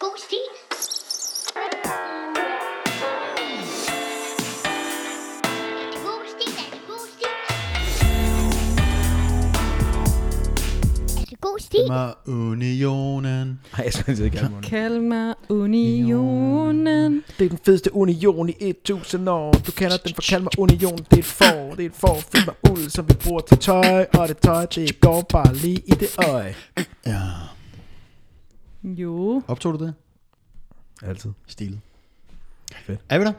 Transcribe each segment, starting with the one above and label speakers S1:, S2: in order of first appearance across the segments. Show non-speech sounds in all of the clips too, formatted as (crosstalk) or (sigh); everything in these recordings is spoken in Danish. S1: Boosty. God stil.
S2: Mig unionen.
S3: Nej, jeg skal ikke gerne
S4: Kald mig unionen.
S3: Det er den fedeste union i 1000 år. Du kender den for kald mig union. Det er et for, det er et for. Fyld mig uld, som vi bruger til tøj. Og det tøj, det går bare lige i det øje.
S2: Ja.
S4: Jo.
S2: Optog du det?
S3: Altid.
S2: Stilet.
S3: Fedt.
S2: Er vi der?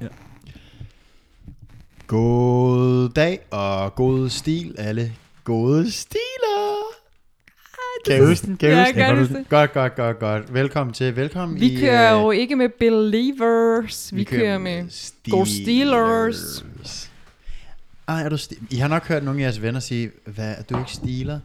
S3: Ja.
S2: God dag og god stil, alle. Gode stiler. Kan I huske den? Kan I
S4: Ah, Ja,
S2: huske
S4: jeg
S2: den? Kan
S4: kan
S2: du-
S4: huske det.
S2: Godt, godt, godt, godt. Velkommen til. Velkommen
S4: Vi
S2: i...
S4: kører
S2: øh,
S4: jo ikke med Believers. Vi, kører med... Go Steelers.
S2: Ej, er du sti- I har nok hørt nogle af jeres venner sige, hvad, er du ikke stiler?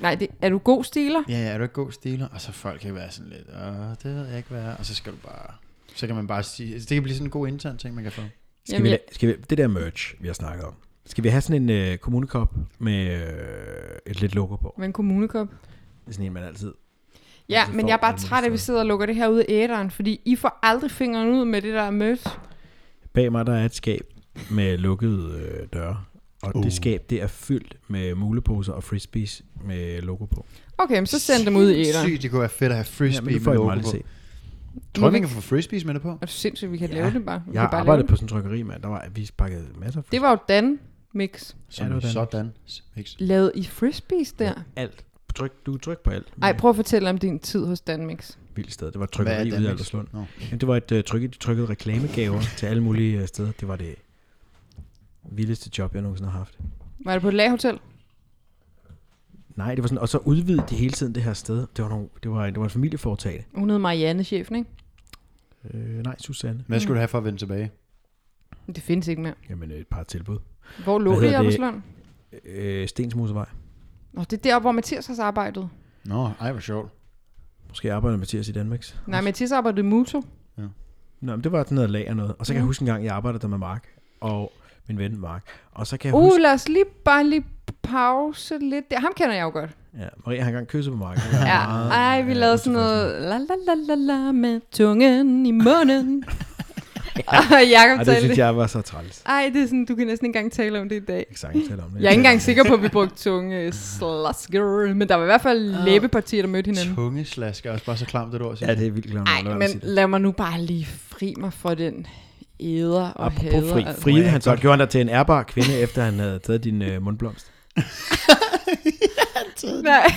S4: Nej, det, er du god stiler?
S2: Ja, ja, er du ikke god stiler? Og så folk kan være sådan lidt, Åh, det ved jeg ikke, hvad er. Og så skal du bare... Så kan man bare sige... altså, Det kan blive sådan en god intern ting, man kan få.
S3: Skal vi, la- skal vi, det der merch, vi har snakket om. Skal vi have sådan en øh, kommunekop med øh, et lidt logo på?
S4: med en kommunekop.
S3: Det er sådan en, man altid...
S4: Ja,
S3: Altså,
S4: men
S3: for
S4: jeg er bare
S3: alle
S4: træt af, at vi
S3: mulige
S4: sidder og lukker det her ud i æderen, fordi I får aldrig fingeren ud med det, der er mødt.
S3: Bag mig, der er et skab med lukkede øh, døre. Og uh.
S2: Uh.
S3: det skab, det er fyldt med muleposer og frisbees med logo på.
S4: Okay, men så send dem ud i æderen.
S2: Sygt, det kunne være fedt at have
S3: Ja, men
S2: frisbee
S3: det
S2: ja,
S3: får
S2: med
S3: jeg dem
S2: logo
S3: aldrig
S2: på.
S3: set.
S2: Tror du, man kan få frisbees med det på?
S4: Er du sindssygt, vi kan
S3: Ja.
S4: ja. lave det bare? Vi
S3: Jeg
S4: kan
S3: har
S4: bare
S3: arbejdet
S4: lave
S3: på sådan en trykkeri, mand. Der var, vi pakkede masser af
S4: det. det var jo Dan Mix,
S2: Sådan.
S3: det var
S2: Ja,
S3: den.
S2: sådan. Mix.
S4: lavet i frisbees der.
S3: frisbees. alt. Tryk, du er tryk på alt.
S4: Ej, prøv at fortælle om din tid hos Dan Mix.
S3: Vildt sted. Det var et
S2: Hvad er
S3: trykkeri ude i
S2: Danmarks-
S3: Alderslund.
S2: Nå.
S3: Jamen, det var et uh, tryk, de trykkede
S4: (laughs)
S3: reklamegaver til alle mulige øh, steder. Det var det vildeste job, jeg nogensinde har haft.
S4: Var det på et laghotel?
S3: Nej, det var sådan, og så udvidede de hele tiden det her sted. Det var, nogle, det var, det var en familieforetagende.
S4: Hun hed Marianne, chefen, ikke?
S3: Øh, nej, Susanne.
S2: Hvad skulle du have for at vende tilbage?
S4: Men Det findes ikke mere.
S3: Jamen, øh, et par tilbud.
S4: Hvor lå
S3: Hvad
S4: det i
S3: hedder det?
S4: Alberslund?
S3: Øh, Stensmosevej.
S4: Nå, det er der, hvor Mathias har arbejdet.
S2: Nå, ej, hvor sjovt.
S3: Måske arbejder Mathias i Danmark.
S4: Nej, Mathias arbejdede i Muto.
S3: Nå, men det var sådan noget lag og noget. Og så kan
S4: Mm.
S3: jeg huske en gang, jeg arbejdede der med Mark. Og min ven Mark. Og så kan jeg huske...
S4: Uh, lad os lige bare lige pause lidt. Det, ham kender jeg jo godt.
S3: Ja, Maria har engang kysset på Mark.
S4: (laughs) Ja, ej, vi lavede sådan noget la la la la la med tungen i
S3: (laughs)
S4: munden. Og
S3: Og
S4: Jacob
S3: det synes
S4: talte.
S3: jeg var så træls.
S4: Ej, det er sådan, du kan næsten ikke engang tale om det i dag.
S3: Jeg kan sagtens tale om det.
S4: Jeg er ikke engang sikker på, at vi brugte tunge øh, slasker, men der var i hvert fald læbepartier, der mødte hinanden.
S2: Tungeslask er også bare så klamt et ord.
S3: Ja, det er vildt klart.
S4: Nej, men lad mig nu bare lige fri mig for den æder og
S3: Apropos
S4: hader.
S3: fri.
S4: altså.
S3: Fride, han så gjorde han dig til en ærbar kvinde, (laughs) efter han havde taget din øh, mundblomst.
S2: (laughs)
S4: Nej,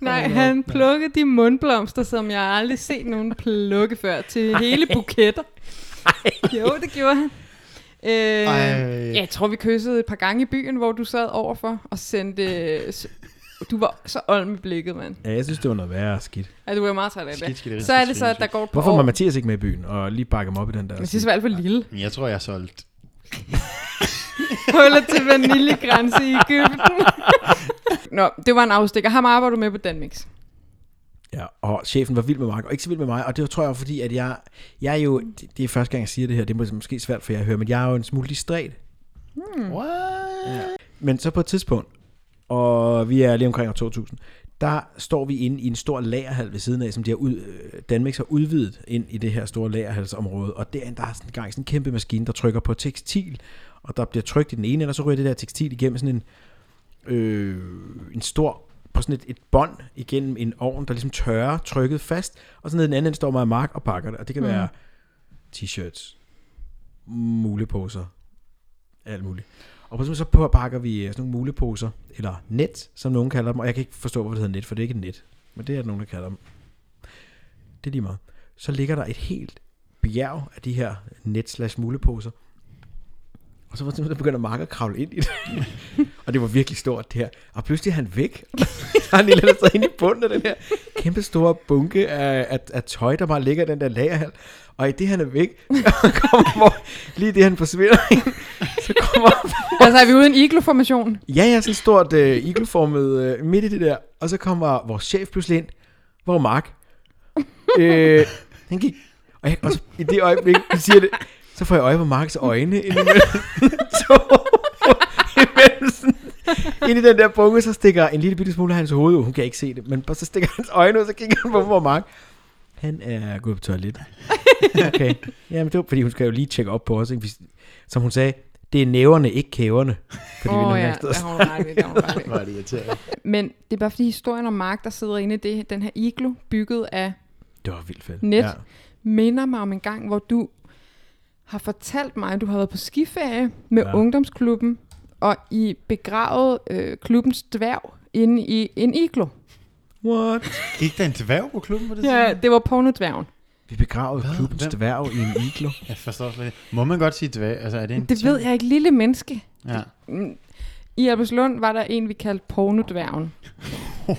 S4: nej han plukkede de mundblomster, som jeg aldrig set nogen plukke før, til hele buketter. Jo, det gjorde han. Øh,
S2: Ej.
S4: jeg tror, vi kyssede et par gange i byen, hvor du sad overfor og sendte... øh, s- Du var så olm i blikket, mand.
S3: Ja, jeg synes, det var noget værre skidt.
S4: Ja, du var meget træt af
S2: Skidt, skidt,
S4: det. Så er det så, at
S2: skidt,
S4: der går et par
S3: Hvorfor
S4: år.
S3: var Mathias ikke med i byen og lige bakke ham op i den der?
S4: Men sidst var alt for lille.
S2: Men jeg tror, jeg har solgt.
S4: Huller til vaniljegrænse
S2: (laughs)
S4: i Ægypten. Nå, det var en afstikker. Ham arbejder du med på Danmix.
S3: Ja, og chefen var vild med Mark, og ikke så vild med mig, og det tror jeg fordi, at jeg, jeg er jo, det, det er første gang, jeg siger det her, det er måske svært for jer at høre, men jeg er jo en smule distræt.
S4: Hmm.
S2: What?
S3: Men så på et tidspunkt, og vi er lige omkring år 2000, der står vi inde i en stor lagerhal ved siden af, som de har ud, øh, Danmark har udvidet ind i det her store lagerhalsområde. Og derinde, der er sådan en gang sådan en kæmpe maskine, der trykker på tekstil, og der bliver trykt i den ene, og så ryger det der tekstil igennem sådan en, øh, en stor på sådan et, et bånd igennem en ovn, der ligesom tørrer trykket fast, og så nede i den anden ende står mig og Mark og pakker det, og det kan mm. være t-shirts, muleposer, alt muligt. Og på så på pakker vi øh, sådan nogle muleposer, eller net, som nogen kalder dem, og jeg kan ikke forstå, hvorfor det hedder net, for det er ikke et net, men det er der nogen, der kalder dem. Det er lige meget. Så ligger der et helt bjerg af de her net slash muleposer, og så var det simpelthen begyndt at marke at kravle ind i det. (laughs) og det var virkelig stort, det her. Og pludselig er han væk. (laughs) Så er han lige lidt inde i bunden af den her kæmpe store bunke af, af, af tøj, der bare ligger i den der lagerhal. Og i det, han er væk, (laughs) kommer hvor, lige det, han forsvinder ind, så kommer
S4: Altså er vi ude i en iglo-formation?
S3: Ja, jeg er sådan et stort øh, igloformet øh, midt i det der. Og så kommer vores chef pludselig ind. Hvor er Mark? øh, han gik. Og, jeg, og så, i det øjeblik, han siger det, så får jeg øje på Marks øjne ind (laughs) imellem to. imellem sådan- ind i den der bunke, så stikker en lille bitte smule af hans hoved ud. Hun kan ikke se det, men bare så stikker hans øjne ud, så kigger han på, hvor Mark. han er gået på toilettet. Okay. Jamen, det var, fordi hun skal jo lige tjekke op på os. Ikke? Vi- Som hun sagde, det er næverne, ikke kæverne. Fordi
S4: Åh
S3: oh,
S4: oh,
S3: vi
S4: ja,
S3: ja.
S4: der har hun ret i, der har hun
S2: (laughs)
S4: ret i.
S2: Hvor er det irriterende.
S4: Men det er bare fordi historien om Mark, der sidder inde i det, den her iglo, bygget af
S3: Det var vildt fedt.
S4: net,
S3: Ja.
S4: ja. minder mig om en gang, hvor du har fortalt mig, at du har været på skiferie med
S3: Ja.
S4: ja. ungdomsklubben, og I begravede øh, klubbens dværg inde i en iglo.
S3: What?
S2: Gik der en dværg på klubben på det
S4: Ja, det var pornodværgen.
S3: Vi begravede
S2: Hvad?
S3: klubbens
S2: Hvem?
S3: dværg i en iglo.
S2: Jeg forstår slet ikke. Må man godt sige dværg? Altså, er det en
S4: Det ved jeg ikke, lille menneske.
S2: Ja.
S4: Mm. I Albertslund var der en, vi kaldte pornodværgen.
S3: Men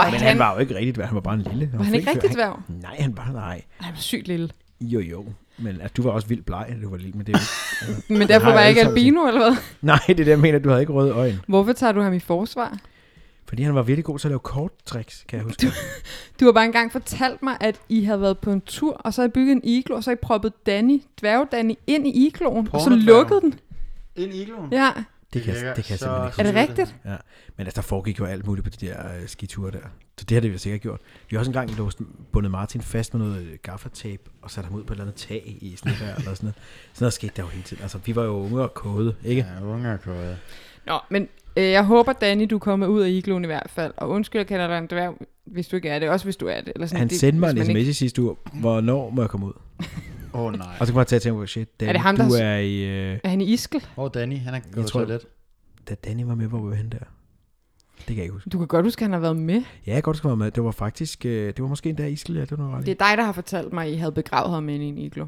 S3: han,
S4: (laughs) han-
S3: var jo ikke rigtig dværg, han var bare en lille.
S4: Var han ikke
S3: flink fyr.
S4: rigtig dværg?
S3: Han, nej, han var nej.
S4: Han var sygt lille.
S3: Jo, jo. Men at du var også vildt bleg, da du var lille, men det er jo ikke- (laughs)
S4: Men derfor
S3: har
S4: var jeg
S3: alle
S4: ikke
S3: sammen
S4: albino, eller hvad?
S3: Nej, det er det, jeg mener, du havde ikke røde øjne.
S4: Hvorfor tager du ham i forsvar?
S3: Fordi han var virkelig god til at lave korttricks, kan jeg huske.
S4: Du har bare engang fortalt mig, at I havde været på en tur, og så havde I bygget en iglo, og så havde I proppet Danny, dværg Danny, ind i igloen, og så
S2: Pornodværgen.
S4: lukkede den.
S2: En igloen?
S4: Ja,
S3: Det kan, jeg- det kan jeg simpelthen ikke
S4: Er det rigtigt?
S3: (laughs) Ja, men altså, der foregik jo alt muligt på de der øh, skiture der. Så det har det vi sikkert gjort. Vi har også engang låst, bundet Martin fast med noget øh, gaffatape og sat ham ud på et eller andet tag i snevejr eller sådan noget. Sådan noget skete der jo hele tiden. Altså, vi var jo unge og kode, ikke?
S2: Ja, unge og kåde.
S4: Nå, men øh, jeg håber, Danny, du er kommet ud af igloen i hvert fald. Og undskyld, jeg kalder dig en dværg, hvis du ikke er det. Også hvis du er det. Eller sådan,
S3: Han
S4: det,
S3: sendte mig
S4: hvis
S3: en
S4: man
S3: sms i sidste uge, hvornår må jeg komme ud?
S2: Åh oh, nej.
S3: Og så kunne jeg tage og tænke, shit, Danny,
S4: Er det ham,
S3: du
S4: der-
S3: er i... Øh,
S4: Er han i iskel?
S2: Hvor er Danny? Han er gået
S3: tror-
S2: tror, toilet.
S3: da Danny var med, hvor var han der? Det kan jeg ikke huske.
S4: Du kan godt huske, at han har været med.
S3: Ja, jeg kan godt skal være med. Det var faktisk... Øh, det var måske endda Iskild, ja, det var noget
S4: Det er dig, der har fortalt mig, at I havde begravet ham inde i en iglo.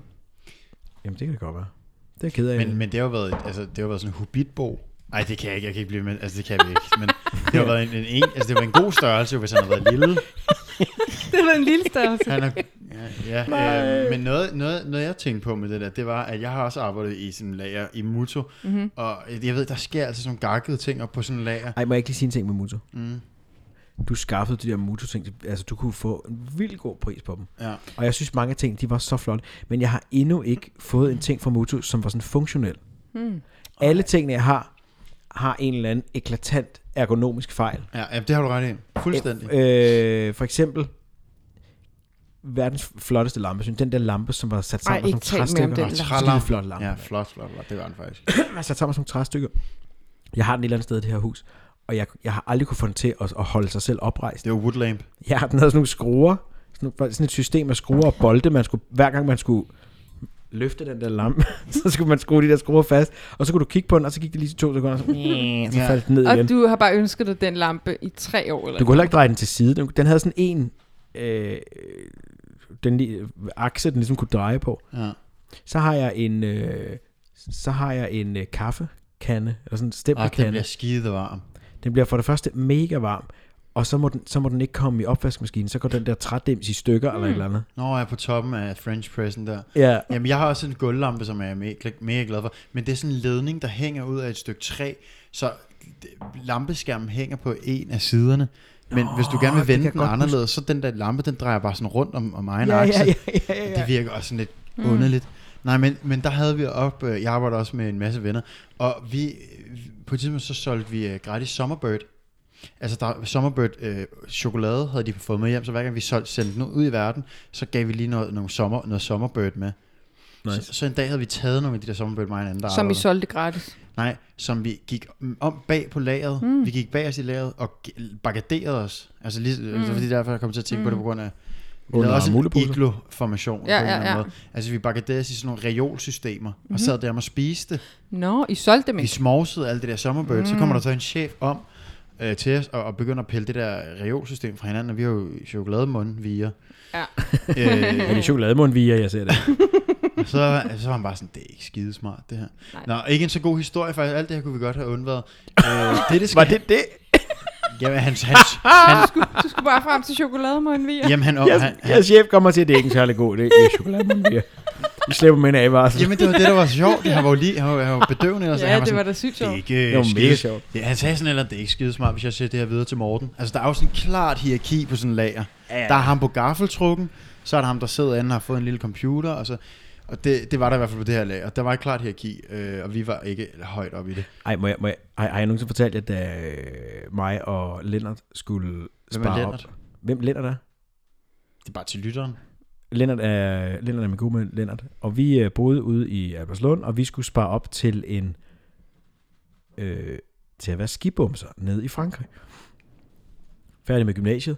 S3: Jamen, det kan det godt være. Det er jeg ked af.
S2: Men, men det har jo været, altså, det har været sådan en hobbitbog. Nej, øh, det kan jeg ikke. Jeg kan ikke blive med. Altså, det kan vi ikke. Men det har været en, en, en, altså, det var en god størrelse, hvis han havde været lille.
S4: Det var en lille størrelse.
S2: Han er, ja, ja, øh, men noget, noget, noget, jeg tænkte på med det der, det var, at jeg har også arbejdet i sådan en lager i Muto, mm-hmm. og jeg ved, der sker altså sådan nogle gakkede ting op på sådan en lager.
S3: Ej, må jeg ikke lige sige en ting med Muto? Mm. Du skaffede de der Muto-ting, til- altså du kunne få en vildt god pris på dem.
S2: Ja.
S3: Og jeg synes, mange af ting, de var så flotte. Men jeg har endnu ikke fået en ting fra Muto, som var sådan funktionel.
S4: Hmm.
S3: Mm. Alle tingene, jeg har, har en eller anden eklatant ergonomisk fejl.
S2: Ja, jamen, det har du ret i. Fuldstændig.
S3: Øh, for eksempel, verdens flotteste lampe, synes jeg. den der lampe, som var sat sammen
S4: Ej,
S3: med
S4: ikke
S3: sådan
S4: tal mere om
S3: nogle
S2: øh,
S4: den
S3: træstykker.
S2: Trælampe.
S3: Skide flot lampe.
S2: Ja, flot, flot, flot. Det var han faktisk.
S3: Jeg sat sammen som træstykker. Jeg har den et eller andet sted i det her hus, og jeg, jeg har aldrig kunne få den til at, at holde sig selv oprejst.
S2: Det var woodlamp.
S3: Ja, den havde sådan nogle skruer. Sådan, nogle- var sådan et system af skruer og bolde, man skulle, hver gang man skulle løfte den der lampe, (laughs) så skulle man skrue de der skruer fast, og så kunne du kigge på den, og så gik det lige til to sekunder, og så, så
S2: Ja.
S3: faldt den ned
S4: Og
S3: igen. Du,
S4: du har bare ønsket dig den lampe i tre år, eller?
S3: kunne heller ikke dreje den til side. Den, den havde sådan en øh, den lige- akse, den ligesom kunne dreje på.
S2: Ja.
S3: Så har jeg en, øh, så har jeg en øh, kaffekande, eller
S2: Og
S3: sådan en
S2: den
S3: stempelkande.
S2: Ah, bliver skide varm.
S3: Den bliver for det første mega varm, og så må den, så må den ikke komme i opvaskemaskinen, så går den der trædims i stykker mm. eller et eller andet.
S2: Nå, jeg er på toppen af French pressen der.
S3: Ja.
S2: Jamen, jeg har også en gulvlampe, som jeg er mega, mega glad for. Men det er sådan en ledning, der hænger ud af et stykke træ, så det- lampeskærmen hænger på en af siderne. Men Nå, hvis du gerne
S3: det
S2: vil
S3: kan jeg
S2: vende den
S3: godt
S2: anderledes, så den der lampe, den drejer bare sådan rundt om, om egen
S3: Ja,
S2: akse.
S3: ja, ja, ja, ja.
S2: Det virker også sådan lidt mm. underligt. Nej, men, men der havde vi op, øh, jeg arbejder også med en masse venner, og vi, øh, på et tidspunkt så solgte vi øh, gratis Summerbird. Altså der, Summerbird øh, chokolade havde de fået med hjem, så hver gang vi solgte, sendte den ud i verden, så gav vi lige noget, nogle sommer, noget Summerbird med. Nice. Så, så, en dag havde vi taget nogle af de der Summerbird, mig og en anden, der
S4: Som I
S2: arbejdede.
S4: solgte gratis.
S2: Nej, som vi gik om bag på lageret. Mm. Vi gik bag os i lageret og g- bagaderede os. Altså lige, mm. altså fordi derfor jeg kom til at tænke mm. på det på grund af... Vi
S3: Under
S2: lavede også en
S3: muleposer.
S2: iglo-formation
S4: Ja,
S2: ja, på en
S4: ja,
S2: eller anden
S4: ja.
S2: måde. Altså vi bagaderede os i sådan nogle reolsystemer mm-hmm. og sad der og spiste.
S4: Nå, I solgte dem
S2: Vi
S4: ikke.
S2: smovsede alt det der sommerbøl. Mm. Så kommer der så en chef om øh, til os og, og begynder at pille det der reolsystem fra hinanden. Og vi har jo chokolademund via.
S4: Ja.
S2: Øh,
S3: Er det chokolademund via, jeg ser det?
S2: Og så, så var han bare sådan, det er ikke skide smart det her.
S4: Nej.
S2: Nej. Nå, ikke en så god historie faktisk. Alt det her kunne vi godt have undværet.
S4: (laughs)
S2: øh, det, det skal,
S3: Var det det?
S2: (laughs) Jamen, han, han,
S4: Du (laughs) skulle, du skulle bare frem til chokolademøgen, vi.
S2: jamen, han,
S3: Jeg,
S2: han, han,
S3: jeg chef kommer til, at det er ikke en særlig god idé. Det er chokolademund via. Vi slipper med en advarsel.
S2: jamen, det var det, der var sjovt. Det, han var jo lige, han var, han var bedøvende.
S4: (laughs)
S2: Altså.
S4: Ja,
S2: han
S4: det var
S2: sådan,
S4: da sygt
S2: det er
S4: sjovt.
S2: ikke øh,
S3: Det var mega
S2: skide-
S3: sjovt.
S2: Ja, han sagde sådan, eller det er ikke skide smart, hvis jeg sætter det her videre til Morten. Altså, der er jo sådan et klart hierarki på sådan en lager.
S3: Ja, ja.
S2: Der er ham på gaffeltrukken, så er der ham, der sidder anden og har fået en lille computer, og så... Og det, det var der i hvert fald på det her lager. Der var et klart hierarki, øh, og vi var ikke højt oppe i det.
S3: Ej, må jeg, må jeg, ej, har jeg nogensinde fortalt, at øh, mig og Lennart skulle
S2: Hvem er
S3: spare op?
S2: Lennart?
S3: Hvem Lennart er?
S2: Det er bare til lytteren.
S3: Lennart er, Lennart er min gode ven, Lennart. Og vi øh, boede ude i Albertslund, og vi skulle spare op til en... Øh, til at være skibumser nede i Frankrig. Færdig med gymnasiet.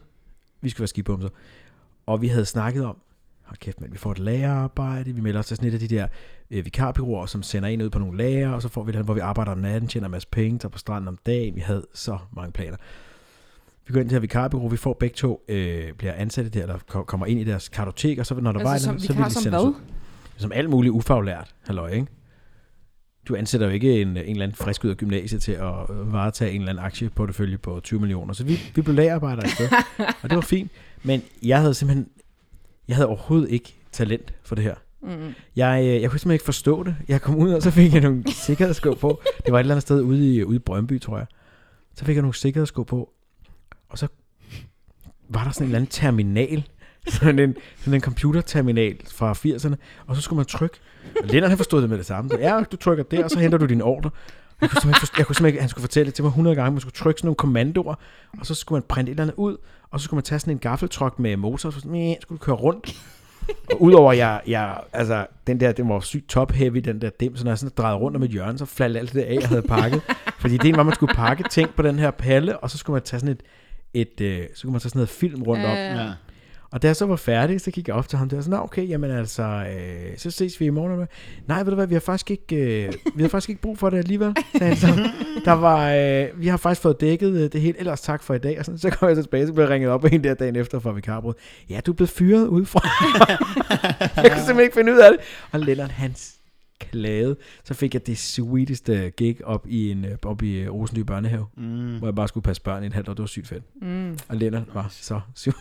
S3: Vi skulle være skibumser. Og vi havde snakket om, hold kæft, men vi får et lagerarbejde, vi melder os til sådan et af de der øh, vikarbyråer, som sender en ud på nogle lager, og så får vi et eller andet, hvor vi arbejder om natten, tjener en masse penge, tager på stranden om dagen. Vi havde så mange planer. Vi går ind til det her vikarbyrå, vi får begge to, øh, bliver ansat der, eller ko- kommer ind i deres kartotek, og så når der var et
S4: Altså,
S3: eller andet, så
S4: som, vi
S3: vil
S4: har
S3: de
S4: som
S3: sende os
S4: hvad?
S3: ud. Som alt muligt ufaglært, halløj, ikke? Du ansætter jo ikke en, en eller anden frisk ud af gymnasiet til at øh, varetage en eller anden aktieportefølje på 20 millioner. Så vi, vi blev lagerarbejdere i stedet, og det var fint. Men jeg havde simpelthen, jeg havde overhovedet ikke talent for det her.
S4: Mm.
S3: Jeg, øh, jeg kunne simpelthen ikke forstå det. Jeg kom ud, og så fik jeg nogle sikkerhedssko på. Det var et eller andet sted ude i, ude i Brøndby, tror jeg. Så fik jeg nogle sikkerhedssko på, og så var der sådan en eller anden terminal, (laughs) sådan en, sådan en computerterminal fra 80'erne, og så skulle man trykke. Og Lennart han forstod det med det samme. Så, ja, du trykker der, og så henter du din ordre. Jeg kunne, simpelthen ikke forstå, jeg kunne simpelthen ikke, han skulle fortælle det til mig 100 gange, man skulle trykke sådan nogle kommandoer, og så skulle man printe et eller andet ud, og så skulle man tage sådan en gaffeltruck med motor, og så sådan, "Mæh", skulle du køre rundt, og udover jeg, jeg, altså, den der, den var sygt top heavy, den der dem, så når jeg sådan drejede rundt om et hjørne, så flalte alt det af, jeg havde pakket. Fordi ideen var, at man skulle pakke ting på den her palle, og så skulle man tage sådan et, et øh, så kunne man tage sådan noget film rundt om.
S4: Øh,
S2: Ja.
S3: Og da jeg så var færdig, så gik jeg op til ham der, og sådan, "Nå, okay, jamen altså, øh, så ses vi i morgen. eller hvad?" Nej, ved du hvad, vi har faktisk ikke, øh, vi har faktisk ikke brug for det alligevel, sagde han så. Der var, øh, vi har faktisk fået dækket øh, det hele, ellers tak for i dag. Og sådan, så kom jeg så tilbage, så blev jeg ringet op en der dagen efter fra vikarbrud. Ja, du er blevet fyret udefra. jeg kunne simpelthen ikke finde ud af det. Og Lennart, hans klagede, så fik jeg det sweeteste gig op i, en, øh, op i øh, Rosenby Børnehave,
S2: Mm.
S3: hvor jeg bare skulle passe børn i et halvt år. Det var sygt fedt.
S4: mm.
S3: Og Lennart var så syg.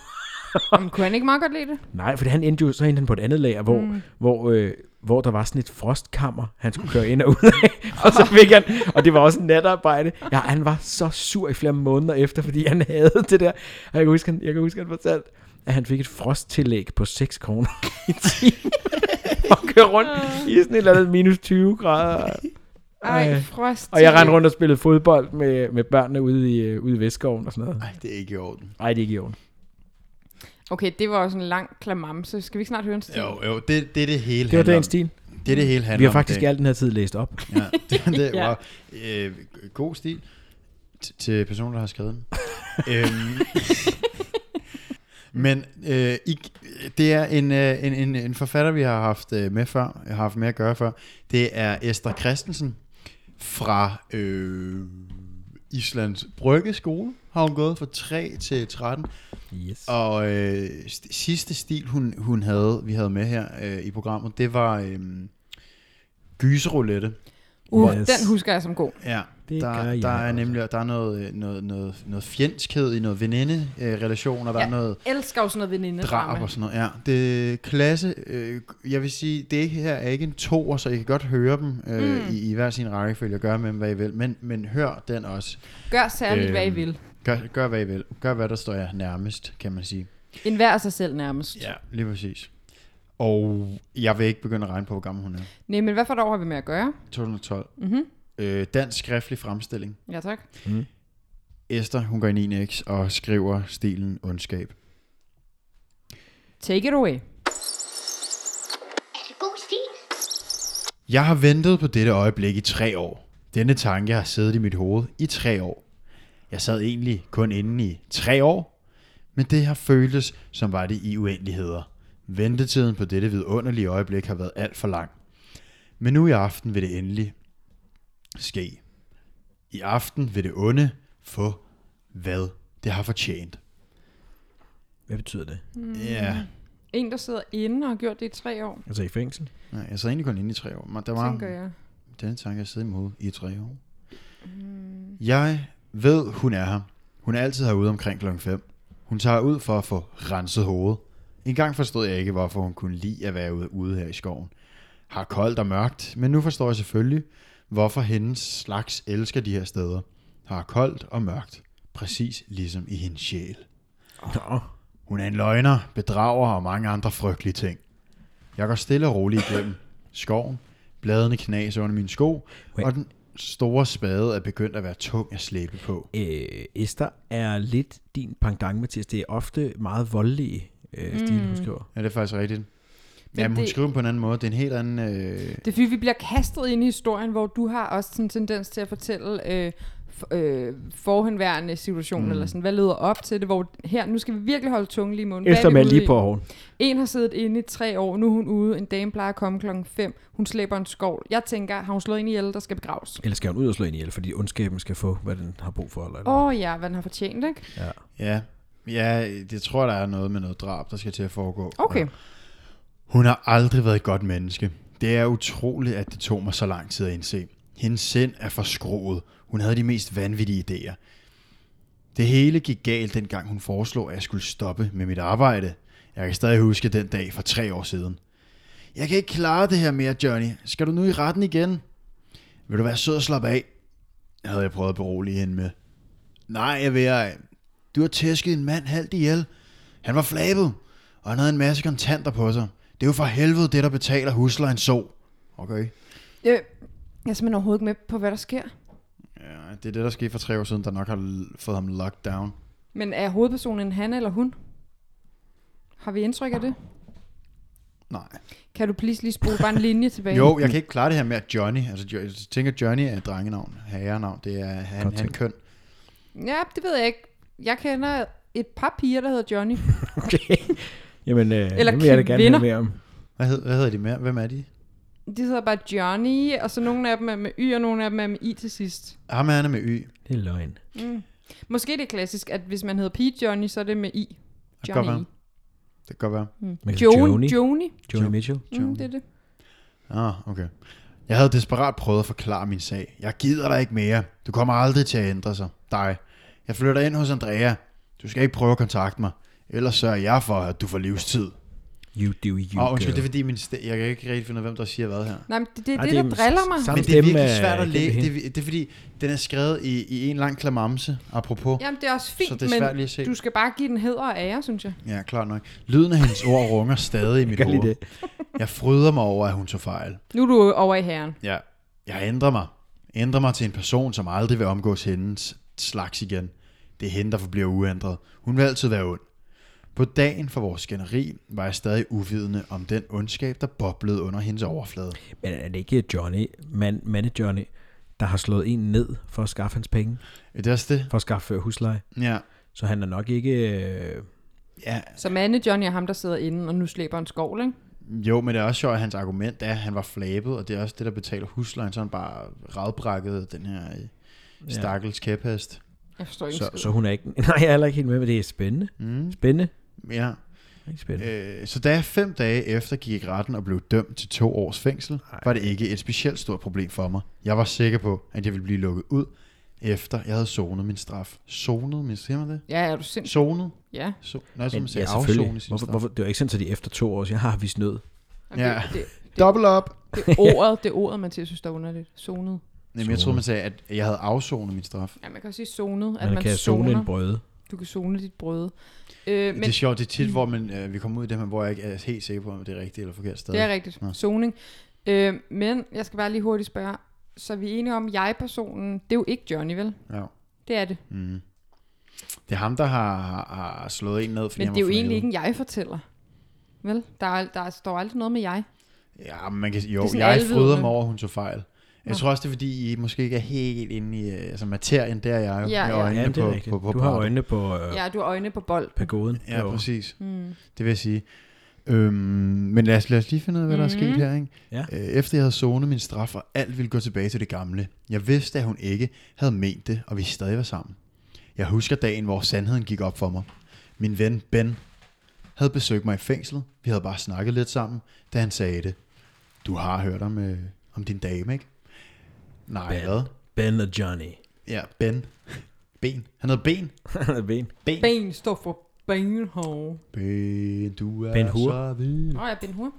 S4: Jamen, kunne han ikke meget godt lide det?
S3: Nej, for han endte jo så endte han på et andet lager, hvor, mm.
S4: Mm.
S3: hvor, øh, hvor der var sådan et frostkammer, han skulle køre ind og ud af. (laughs) og så fik han, og det var også natarbejde. Ja, han var så sur i flere måneder efter, fordi han havde det der. Og jeg kan huske, han, jeg kan huske, han fortalte, at han fik et frosttillæg på 6 kroner (laughs) i timen. og køre rundt i sådan et eller andet minus 20 grader.
S4: Ej,
S3: Ej.
S4: frost.
S3: Og jeg rendte rundt og spillede fodbold med, med børnene ude i, øh, ude i Vestskoven og sådan noget.
S2: Ej, det er ikke i orden.
S3: Ej, det er ikke i orden.
S4: Okay, det var også en lang klamamse. Skal vi ikke snart høre en stil?
S2: Jo, jo, det, det er det hele
S3: Det var
S2: handler om.
S3: dagens stil.
S2: Det er det hele handler
S3: Vi har
S2: om,
S3: faktisk i
S2: det.
S3: al den her tid læst op.
S2: Ja, det, det,
S4: Ja.
S2: wow. øh, god stil t- til personen, der har skrevet
S3: (laughs)
S2: den. øhm, men øh, I, det er en, øh, en, en, en forfatter, vi har haft øh, med før, har haft med at gøre før. Det er Esther Christensen fra øh, Islands Brygge skole. Har hun gået fra 3 til 13.
S3: Yes.
S2: Og øh, st- sidste stil, hun, hun havde, vi havde med her øh, i programmet, det var øh, gyserroulette.
S4: Uh,
S3: Yes.
S4: den husker jeg som god.
S2: Ja,
S3: Det
S2: det
S3: gør
S2: der,
S3: jeg
S2: der er
S3: også.
S2: nemlig der er noget, øh, noget, noget, noget fjendskhed i noget veninderelationer, der ja.
S4: Ja.
S2: er noget
S4: Elsker jo sådan noget
S2: drab
S4: venindedrama.
S2: og sådan noget. Ja, det er klasse, øh, jeg vil sige, det her er ikke en toer, så I kan godt høre dem øh,
S4: Mm.
S2: mm. i, i hver sin rækkefølge og gøre med dem, hvad I vil, men, men hør den også.
S4: Gør særligt, hvad I
S2: Øhm.
S4: vil.
S2: Gør, gør, hvad I vil. Gør, hvad der står jer nærmest, kan man sige.
S4: En hver af sig selv nærmest.
S2: Ja, lige præcis. Og jeg vil ikke begynde at regne på, hvor gammel hun er.
S4: Nej, men hvad for et år har vi med at gøre?
S2: 2012.
S4: Mhm.
S2: Øh, dansk skriftlig fremstilling.
S4: Ja, tak.
S2: Esther, hun går ind i en X og skriver stilen ondskab.
S4: Take it away.
S1: Er det god stil?
S2: Jeg har ventet på dette øjeblik i tre år. Denne tanke har siddet i mit hoved i tre år. Jeg sad egentlig kun inde i tre år, men det har føltes som var det i uendeligheder. Ventetiden på dette vidunderlige øjeblik har været alt for lang. Men nu i aften vil det endelig ske. I aften vil det onde få, hvad det har fortjent.
S3: Hvad betyder det?
S4: Mm.
S2: Ja,
S4: En, der sidder inde og har gjort det i tre år,
S3: Altså i fængsel?
S2: Nej, jeg sad egentlig kun inde i tre år. Men Der var,
S4: tænker jeg.
S2: Denne tanke har siddet i mit hoved i tre år. Mm. Jeg ved, hun er her. Hun er altid herude omkring klokken 5. Hun tager ud for at få renset hovedet. En gang forstod jeg ikke, hvorfor hun kunne lide at være ude, ude her i skoven. Har koldt og mørkt, men nu forstår jeg selvfølgelig, hvorfor hendes slags elsker de her steder. Har koldt og mørkt, præcis ligesom i hendes sjæl.
S3: Nå.
S2: Hun er en løgner, bedrager og mange andre frygtelige ting. Jeg går stille og roligt igennem skoven, bladene knas under min sko,
S3: Wait.
S2: og den store spade er begyndt at være tung at slæbe på.
S3: Øh, Esther er lidt din pangdang, Mathias. Det er ofte meget voldelige øh, stil, mm. hun skriver.
S2: Ja, det er faktisk rigtigt. Ja, men hun
S4: det-
S2: skriver dem på en anden måde. Det er en helt anden... Øh,
S4: Det er fordi, vi bliver kastet ind i historien, hvor du har også sådan en tendens til at fortælle øh, f- øh, forhenværende situation, mm. eller sådan, hvad leder op til det, hvor her, nu skal vi virkelig holde tungen lige i munden. Hvad er
S3: Efter
S4: vi
S3: man
S4: ude
S3: lige
S4: i?
S3: på hården.
S4: En har siddet inde i tre år, nu er hun ude, en dame plejer at komme klokken 5, hun slæber en skov. Jeg tænker, har hun slået ind i ihjel, der skal begraves?
S3: Eller skal hun ud og slå ind ihjel, fordi ondskaben skal få, hvad den har brug for. Eller, eller.
S4: Åh oh, ja, hvad den har fortjent, ikke?
S3: Ja.
S2: ja. ja, det tror der er noget med noget drab, der skal til at foregå.
S4: Okay.
S2: Hun har aldrig været et godt menneske. Det er utroligt, at det tog mig så lang tid at indse. Hendes sind er forskroet. Hun havde de mest vanvittige idéer. Det hele gik galt, dengang hun foreslog, at jeg skulle stoppe med mit arbejde. Jeg kan stadig huske den dag for tre år siden. Jeg kan ikke klare det her mere, Johnny. Skal du nu i retten igen? Vil du være sød og slappe af? Havde jeg prøvet at berolige hende med. Nej, jeg vil ej. Du har tæsket en mand halvt ihjel. Han var flabet, og han havde en masse kontanter på sig. Det er jo for helvede det, der betaler huslejen så. Okay.
S4: Øh, jeg er simpelthen overhovedet ikke med på, hvad der sker.
S2: Ja, det er det, der skete for tre år siden, der nok har l- fået ham locked down.
S4: Men er hovedpersonen en han eller hun? Har vi indtryk af det?
S2: Nej.
S4: Kan du please lige spole bare en linje tilbage?
S2: Jo, jeg kan ikke klare det her med, at Johnny, altså Jo- jeg tænker, Johnny er drengenavn, herrenavn, det er han,
S3: Godt
S2: han
S3: tænkt.
S2: køn.
S4: Ja, det ved jeg ikke. Jeg kender et par piger, der hedder Johnny.
S3: (laughs) Okay. Jamen, øh,
S4: Eller
S3: Eller vil jeg da gerne
S4: kvinder.
S3: høre mere om.
S2: Hvad, hed, hvad hedder de mere? Hvem er de?
S4: De hedder bare Johnny, og så nogle af dem er med Y, og nogle af dem er med I til sidst.
S2: Ham er han er med Y.
S3: Det er løgn.
S4: Måske det er klassisk, at hvis man hedder Pete Johnny, så er det med I.
S2: Det kan godt
S4: Johnny.
S2: være. Det kan godt være.
S3: Man kan
S4: Joni.
S3: Øh, Joni.
S4: Joni. Joni.
S3: Joni Mitchell.
S4: Mm, det er det.
S2: Ah, okay. Jeg havde desperat prøvet at forklare min sag. Jeg gider dig ikke mere. Du kommer aldrig til at ændre sig. Dig. Jeg flytter ind hos Andrea. Du skal ikke prøve at kontakte mig. Ellers sørger jeg for, at du får livstid.
S3: You do you,
S2: Åh, oh, undskyld,
S3: girl.
S2: det er fordi, min ste- jeg kan ikke rigtig finde ud af, hvem der siger hvad her.
S4: Nej, men det, det er
S3: Ej,
S4: det,
S3: det er
S4: der
S3: s-
S4: driller mig.
S3: samme-
S2: Men det er
S3: stemme
S2: virkelig
S3: er
S2: svært at
S3: kendt ved
S2: læse.
S3: hende.
S2: Det, er vi- det er fordi, den er skrevet i, i en lang klamamse, apropos.
S4: Jamen, det er også
S2: Så
S4: fint,
S2: det er svært lige
S4: men
S2: at se.
S4: du skal bare give den heder og ære, synes jeg.
S2: Ja, klart nok. Lyden af hendes ord runger
S3: (laughs)
S2: stadig i mit
S3: Gør lige
S2: hoved.
S3: det.
S2: Jeg fryder mig over, at hun tog fejl.
S4: Nu er du over i herren.
S2: Ja, jeg ændrer mig. Ændrer mig til en person, som aldrig vil omgås hendes slags igen. Det er hende, der forbliver uændret. Hun vil altid være ond. På dagen for vores skænderi var jeg stadig uvidende om den ondskab, der boblede under hendes overflade.
S3: Men er det ikke Johnny, man, mande Johnny, der har slået en ned for at skaffe hans penge?
S2: Er det også det?
S3: For at skaffe øh, husleje?
S2: Ja.
S3: Så han er nok ikke... Øh,
S2: ja.
S4: Så Manne Johnny er ham, der sidder inde, og nu slæber en skovl, ikke?
S2: Jo, men det er også sjovt, at hans argument er, at han var flabet, og det er også det, der betaler huslejen, så han bare radbrækkede den her øh, stakkels kæphest.
S4: Jeg forstår ikke.
S3: så,
S4: en skid.
S3: så hun er ikke... (laughs) Nej, jeg er heller ikke helt med, men det er spændende. Mm. Spændende.
S2: Ja.
S3: Ikke spændende.
S2: Øh, så da jeg fem dage efter gik i retten og blev dømt til to års fængsel, Ej. var det ikke et specielt stort problem for mig. Jeg var sikker på, at jeg ville blive lukket ud, efter jeg havde zonet min straf. Zonet, men siger man det?
S4: Ja, er du sindssyg?
S2: Zonet?
S4: Ja.
S2: So, nej, som
S3: Men,
S2: man
S3: ja,
S2: siger, afzone
S3: selvfølgelig.
S2: sin
S3: Hvorfor,
S2: straf.
S3: hvorfor, det var ikke sådan, at de efter to år siger, har vi snød.
S4: Jamen,
S2: Ja.
S4: Det, det,
S2: Double up!
S4: det, er ordet, det er ordet, man til synes, der er underligt. Zonet.
S2: Jamen, jeg troede, man sagde, at jeg havde afzonet min straf.
S4: Ja, man kan også sige zonet, at
S3: Man,
S4: man,
S3: kan zone en
S4: zoner.
S3: brøde.
S4: Du kan zone dit brød. Øh, men
S2: Men, det er sjovt, det er tit, hvor man, øh, vi kommer ud i det her, hvor jeg ikke er helt sikker på, om det er rigtigt eller forkert sted.
S4: det er rigtigt.
S2: Nå.
S4: Zoning. Øh, men jeg skal bare lige hurtigt spørge. Så er vi enige om, jeg-personen, det er jo ikke Johnny, vel?
S2: Ja.
S4: Det er det.
S2: Det er ham, der har, har, har slået en ned, fordi
S4: Men
S2: han
S4: det er jo
S2: var
S4: egentlig ikke
S2: flabet.
S4: en jeg-fortæller. Vel? Der, er, der står aldrig noget med jeg.
S2: Ja, men man kan, jo,
S4: Det er sådan
S2: jeg
S4: alvidende.
S2: fryder mig over, at hun tog fejl. Jeg tror også, det er fordi, I måske ikke er helt inde i øh, altså materien, der er jeg jo
S4: Ja,
S2: med
S4: ja.
S2: øjnene
S3: Ja, det
S2: på,
S3: er rigtigt.
S2: på, på,
S3: Du har
S2: brættet.
S3: øjnene på øh,
S4: Ja, du har øjne på bold.
S3: pagoden.
S2: Ja,
S3: Jo.
S2: præcis.
S4: Mm.
S2: Det vil jeg sige. Øhm, men lad os, lad os lige finde ud af, hvad der er sket her. Ikke?
S3: Ja.
S2: Øh, efter jeg havde zonet min straf, og alt ville gå tilbage til det gamle. Jeg vidste, at hun ikke havde ment det, og vi stadig var sammen. Jeg husker dagen, hvor sandheden gik op for mig. Min ven Ben havde besøgt mig i fængslet. Vi havde bare snakket lidt sammen, da han sagde det. Du har hørt om, øh, om din dame, ikke? Nej,
S3: Ben.
S2: hvad?
S3: Ben og Johnny. (laughs)
S2: Ja, Ben. Ben. Han hedder Ben.
S3: ben.
S2: Ben.
S4: Ben står for benhård.
S2: Ben, du er
S3: Ben Hur.
S2: så vild.
S4: Åh, oh, ja, Ben Hur.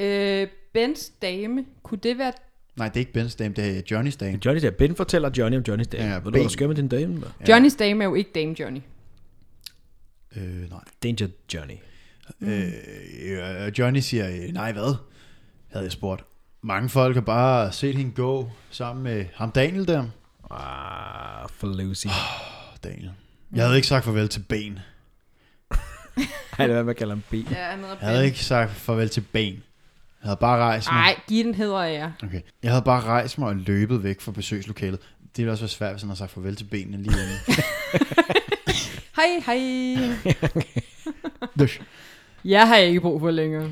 S4: Øh, Bens dame, kunne det være...
S2: Nej, det er ikke Bens dame, det er Johnnys dame.
S3: Johnny der. Ben fortæller Johnny om Johnnys dag.
S2: Ja,
S3: Ja, Ved du,
S2: Ben.
S3: hvad du skal med din dag? mand?
S4: Ja. Johnnys dame er jo ikke dame Johnny.
S2: Øh, nej.
S3: Danger Johnny.
S2: Øh, Johnny siger, øh, nej hvad? Havde jeg spurgt. Mange folk har bare set hende gå sammen med ham Daniel der.
S3: Ah, for Lucy.
S2: Åh, Daniel. Jeg havde ikke sagt farvel til Ben.
S3: (laughs) Ej, det er, hvad man kalder en ben.
S4: Ja, han hedder
S2: Jeg havde ikke sagt farvel til ben. Jeg havde bare rejst mig.
S4: Nej, Gitten hedder jeg.
S2: Okay. Jeg havde bare rejst mig og løbet væk fra besøgslokalet. Det ville også være svært, hvis han havde sagt farvel til benene lige inden.
S4: Hej, hej.
S2: Dush.
S4: Jeg har ikke brug for længere.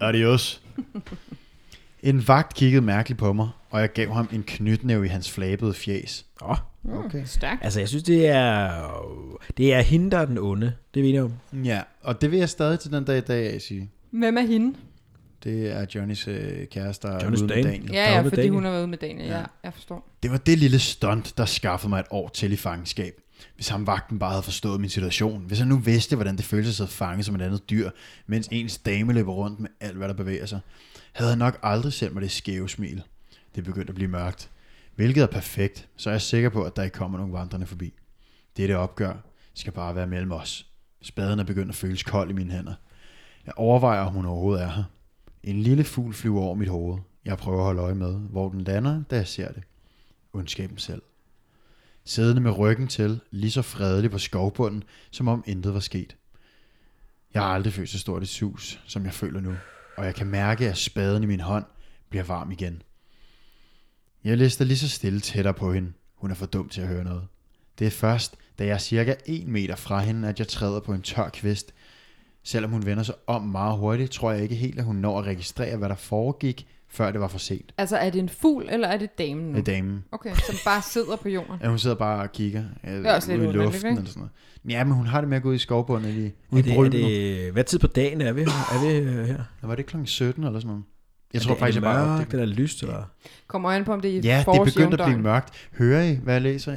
S2: Adios. En vagt kiggede mærkeligt på mig, og jeg gav ham en knytnæve i hans flabede fjes.
S3: Åh,
S2: Okay.
S4: Stærkt.
S3: altså, jeg synes, det er... øh, Det er hende, der er den onde. Det ved jeg om.
S2: Ja, og det vil jeg stadig til den dag i dag sige.
S4: Hvem er hende?
S2: Det er Johnnys øh, kæreste, der er
S3: Johnnys
S2: ude med
S3: dame.
S2: Daniel.
S4: Ja,
S3: der
S4: ja,
S3: var det
S4: fordi
S3: Daniel.
S4: hun har været med Daniel. Ja,
S2: Ja.
S4: jeg forstår.
S2: Det var det lille stunt, der skaffede mig et år til i fangenskab. Hvis ham vagten bare havde forstået min situation. Hvis han nu vidste, hvordan det føltes at sidde fanget som et andet dyr, mens ens dame løber rundt med alt, hvad der bevæger sig, havde han nok aldrig sendt mig det skæve smil. Det begyndte at blive mørkt. Hvilket er perfekt, så er jeg sikker på, at der ikke kommer nogen vandrende forbi. Dette opgør skal bare være mellem os. Spaden er begyndt at føles kold i mine hænder. Jeg overvejer, om hun overhovedet er her. En lille fugl flyver over mit hoved. Jeg prøver at holde øje med, hvor den lander, da jeg ser det ondskaben selv. Siddende med ryggen til, lige så fredelig på skovbunden, som om intet var sket. Jeg har aldrig følt så stort et sus, som jeg føler nu, og jeg kan mærke, at spaden i min hånd bliver varm igen. Jeg lister lige så stille tættere på hende. Hun er for dum til at høre noget. Det er først, da jeg er cirka en meter fra hende, at jeg træder på en tør kvist. Selvom hun vender sig om meget hurtigt, tror jeg ikke helt, at hun når at registrere, hvad der foregik, før det var for sent.
S4: Altså, er det en fugl, eller er det damen nu?
S2: Med damen.
S4: Okay, som bare sidder på jorden.
S2: Ja, hun sidder bare og kigger øh,
S4: er også lidt
S2: ude i
S4: underligt,
S2: luften
S4: ikke?
S2: eller sådan noget. Ja, men hun har det med at gå ud i skovbunden lige ude i
S3: Er det, er
S2: bryllen. Det...
S3: det, hvad tid på dagen er vi, er vi øh, her?
S2: Var det ikke kl. 17 eller sådan noget? Jeg
S3: Er
S2: tror
S3: det,
S2: faktisk,
S3: er
S2: jeg
S3: det
S2: bare
S3: mørkt,
S2: opdagede
S3: eller er det lyst, eller?
S4: Kommer an på, om det er i
S2: det. Ja, det er begyndt at blive
S4: mørkt.
S2: mørkt. Hører I, hvad jeg
S4: (laughs)
S2: læser?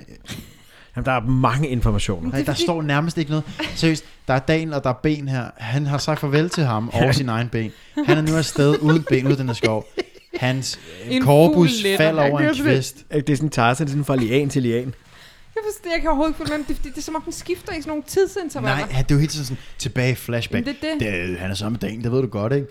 S3: Jamen, der er mange informationer.
S2: Nej, der
S4: fordi-
S2: står nærmest ikke noget. Seriøst, der er Daniel, og der er Ben her. Han har sagt farvel til ham og sin egen ben. Han er nu afsted uden ben ud i den her skov. Hans øh,
S4: En
S2: korpus
S4: fugl letter.
S2: falder
S4: Ja,
S2: over
S3: det er
S2: en
S3: også lidt-
S2: kvist.
S3: Det er sådan Tarzan, det er sådan fra lian til lian.
S4: Jeg forstår, jeg kan overhovedet ikke finde, det, er fordi, det er som om, den skifter i sådan nogle tidsintervaller.
S2: Nej, han- det er jo hele tiden sådan tilbage i flashback.
S4: Jamen, det er det.
S2: det. Han er sammen med Daniel, det ved du godt, ikke?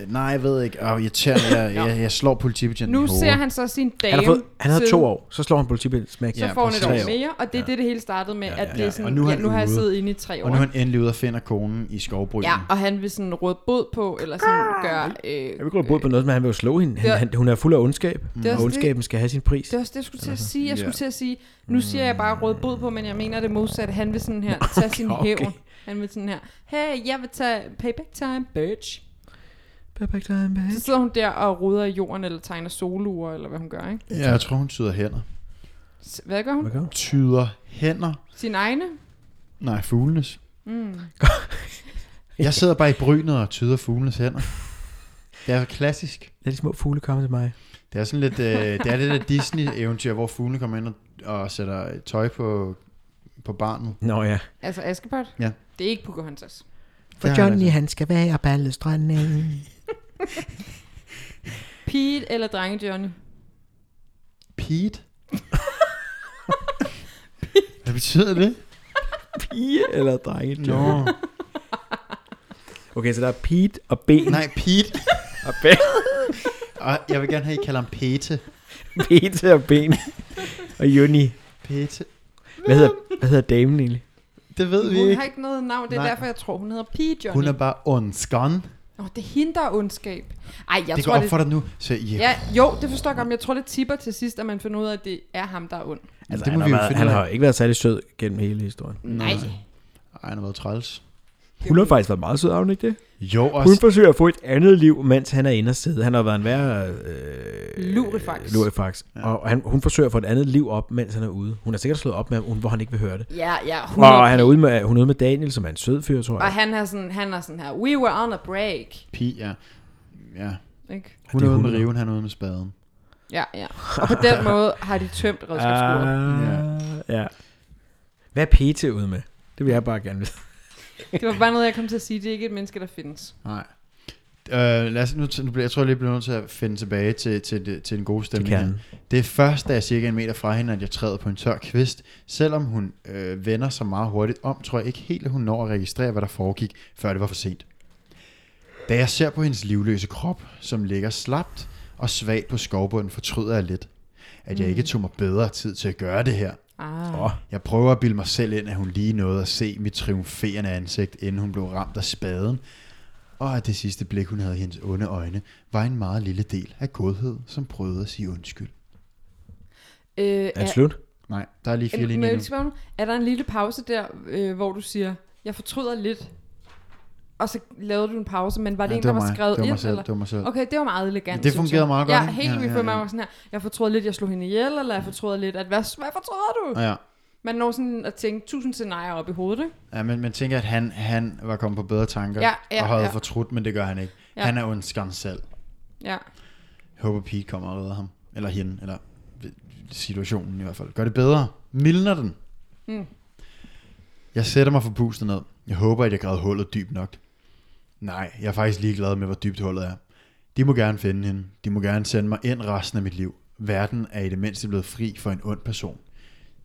S2: Øh, Nej, jeg ved ikke. Åh, irriterende. Jeg, jeg, jeg slår politibetjenten
S4: Nu
S2: i hovedet.
S4: ser han så sin dame
S3: Han, har fået, han havde to
S4: sidde-
S3: år, så slår han politibilen smæk.
S4: Så
S2: Ja,
S4: får hun et
S2: præcis.
S4: år mere, og det er det, det hele startede med, at det er sådan,
S2: Og nu er
S4: ja,
S2: han
S4: nu har jeg
S2: ude.
S4: siddet inde i tre år.
S2: Og nu er han endelig ude og finder konen i skovbrynen.
S4: Ja, og han vil sådan råde bod på, eller sådan gøre... Øh,
S3: Jeg vil ikke råde bod på noget, men han vil jo slå hende. Han,
S4: Det er-
S3: han, hun er fuld af ondskab,
S4: er
S3: og
S4: også
S3: ondskaben skal have sin pris.
S4: det er også det, jeg skulle til at sige. Jeg skulle
S2: Ja.
S4: til at sige, nu siger jeg bare råde bod på, men jeg mener det modsatte. Han vil sådan her tage sin
S3: Okay, okay.
S4: hævn. Han vil sådan her, hey, jeg vil tage payback time, bitch.
S3: Perfect time,
S4: Så sidder hun der og ruder i jorden, eller tegner soluer, eller hvad hun gør, ikke?
S2: Ja, jeg tror, hun tyder hænder.
S4: S- Hvad gør hun?
S3: babe.
S2: Tyder hænder?
S4: Sin egne?
S2: Nej, fuglenes.
S4: Mm.
S2: (laughs) Jeg sidder bare i brynet og tyder fuglenes hænder. Det er klassisk.
S3: Lad de små fugle komme til mig.
S2: Det er sådan lidt, øh, det er det der Disney-eventyr, hvor fuglene kommer ind og, og sætter tøj på, på barnet.
S3: Nå ja.
S4: Altså Askepot?
S2: Ja.
S4: Det er ikke Pocahontas.
S2: For Det har han Johnny, altså.
S3: han skal være på alle strande.
S4: Pete eller drenge Johnny?
S2: Pete? Hvad betyder det?
S3: Pige eller drenge?
S2: Nå.
S3: Johnny? Okay, så der er Pete og Ben.
S2: Nej, Pete.
S3: Og ben.
S2: Og jeg vil gerne have, at I kalder ham Pete.
S3: (laughs) Pete og Ben. Og Juni.
S2: Pete.
S3: Hvad hedder, hvad hedder damen egentlig?
S2: Det ved vi
S4: Hun har
S2: ikke.
S4: ikke noget navn, det er
S2: Nej.
S4: derfor, jeg tror, hun hedder Pete Johnny.
S2: Hun er bare ondskånd.
S4: Nå, det hinder ondskab. Ej, jeg
S2: Det går
S4: tror,
S2: op
S4: det...
S2: for dig nu. Så yeah.
S4: Ja, jo, det forstår jeg godt, men jeg tror, det tipper til sidst, at man finder ud af, at det er ham, der er ond.
S3: Altså,
S2: det
S3: han,
S2: må
S3: har
S2: vi jo
S3: været,
S2: finde
S3: han
S2: ud af.
S3: har ikke været særlig sød gennem hele historien.
S4: Nej.
S2: Ej, han har været træls.
S3: Hun har faktisk været meget sød, har hun ikke det?
S2: Jo,
S3: Hun
S2: også.
S3: forsøger at få et andet liv, mens han er inde og sidde. Han har været en værre... Øh,
S4: Lurifax.
S3: Lurifax. Ja. Og han, hun forsøger at få et andet liv op, mens han er ude. Hun har sikkert slået op med ham, hvor han ikke vil høre det.
S4: Ja, ja, 100
S3: Og han er ude med, hun er ude med Daniel, som er en sød fyr, tror
S4: Og
S3: jeg.
S4: han er sådan, han er sådan her, we were on a break.
S2: Pi, ja. ja.
S4: Ikke?
S2: Hun
S3: Det
S2: er
S3: er
S2: ude med
S3: hun.
S2: riven, han er ude med spaden.
S4: Ja, ja. Og på den måde har de tømt redskabsskuret.
S3: Ah. ja. ja. Hvad er Pete ude med? Det vil jeg bare gerne vide.
S4: Det var bare noget, jeg kom til at sige, det er ikke et menneske, der findes.
S2: Nej. Øh, lad os, nu, nu bliver, jeg tror, jeg lige bliver nødt til at finde tilbage til, til, det- til en god stemning.
S3: Til
S2: Det,
S3: kernen.
S2: det er først, da jeg er cirka en meter fra hende, at jeg træder på en tør kvist. Selvom hun øh, vender sig meget hurtigt om, tror jeg ikke helt, at hun når at registrere, hvad der foregik, før det var for sent. Da jeg ser på hendes livløse krop, som ligger slapt og svagt på skovbunden, fortryder jeg lidt, at jeg ikke tog mig bedre tid til at gøre det her.
S4: Ah.
S3: Åh,
S2: Jeg prøver at bilde mig selv ind, at hun lige nåede at se mit triumferende ansigt, inden hun blev ramt af spaden, og at det sidste blik, hun havde i hendes onde øjne, var en meget lille del af godhed, som prøvede at sige undskyld.
S4: Øh,
S3: er det slut?
S2: Nej, der er lige fire
S4: er,
S2: linjer
S4: må jeg
S2: nu.
S4: lige spørge om- er der en lille pause der, øh, hvor du siger, jeg fortryder lidt, og så lavede du en pause, men var det
S2: Ja,
S4: en, der var, skrevet
S2: det var
S4: ind?
S2: mig selv,
S4: eller?
S2: det var mig selv.
S4: Okay, det var meget elegant.
S2: Det
S4: synes jeg.
S2: fungerede meget godt,
S4: Ja,
S2: ikke?
S4: helt
S2: Ja,
S4: vildt
S2: ja,
S4: for
S2: ja.
S4: mig var sådan her, jeg fortrød lidt, jeg slog hende ihjel, eller jeg fortrød lidt, at hvad, hvad fortrøder du?
S2: Ja,
S4: Man når sådan at tænke tusind scenarier op i hovedet, ikke?
S2: ja men man tænker, at han, han var kommet på bedre tanker,
S4: Ja, ja,
S2: og havde
S4: ja.
S2: fortrudt, men det gør han ikke.
S4: Ja.
S2: Han er ondskam selv.
S4: Ja.
S2: Jeg håber, Pete kommer og redder ham, eller hende, eller situationen i hvert fald. Gør det bedre. Mildner den.
S4: Mm.
S2: Jeg sætter mig for pustet ned. Jeg håber, at jeg græd hullet dybt nok. Nej, jeg er faktisk ligeglad med, hvor dybt hullet er. De må gerne finde hende. De må gerne sende mig ind resten af mit liv. Verden er i det mindste blevet fri for en ond person.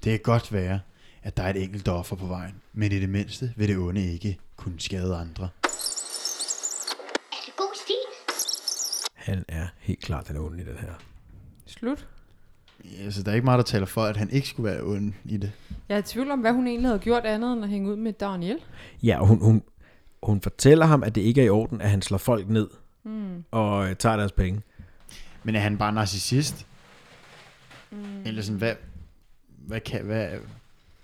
S2: Det kan godt være, at der er et enkelt offer på vejen, men i det mindste vil det onde ikke kunne skade andre.
S1: Er det god stil?
S3: Han er helt klart den onde i den her.
S4: Slut.
S2: Altså, der er ikke meget, der taler for, at han ikke skulle være ond i det.
S4: Jeg er i tvivl om, hvad hun egentlig havde gjort andet, end at hænge ud med Daniel.
S3: Ja, og hun, hun, hun fortæller ham, at det ikke er i orden, at han slår folk ned
S4: Hmm.
S3: mm. og øh, tager deres penge.
S2: Men er han bare narcissist? Mm. Eller sådan, hvad, hvad kan, hvad,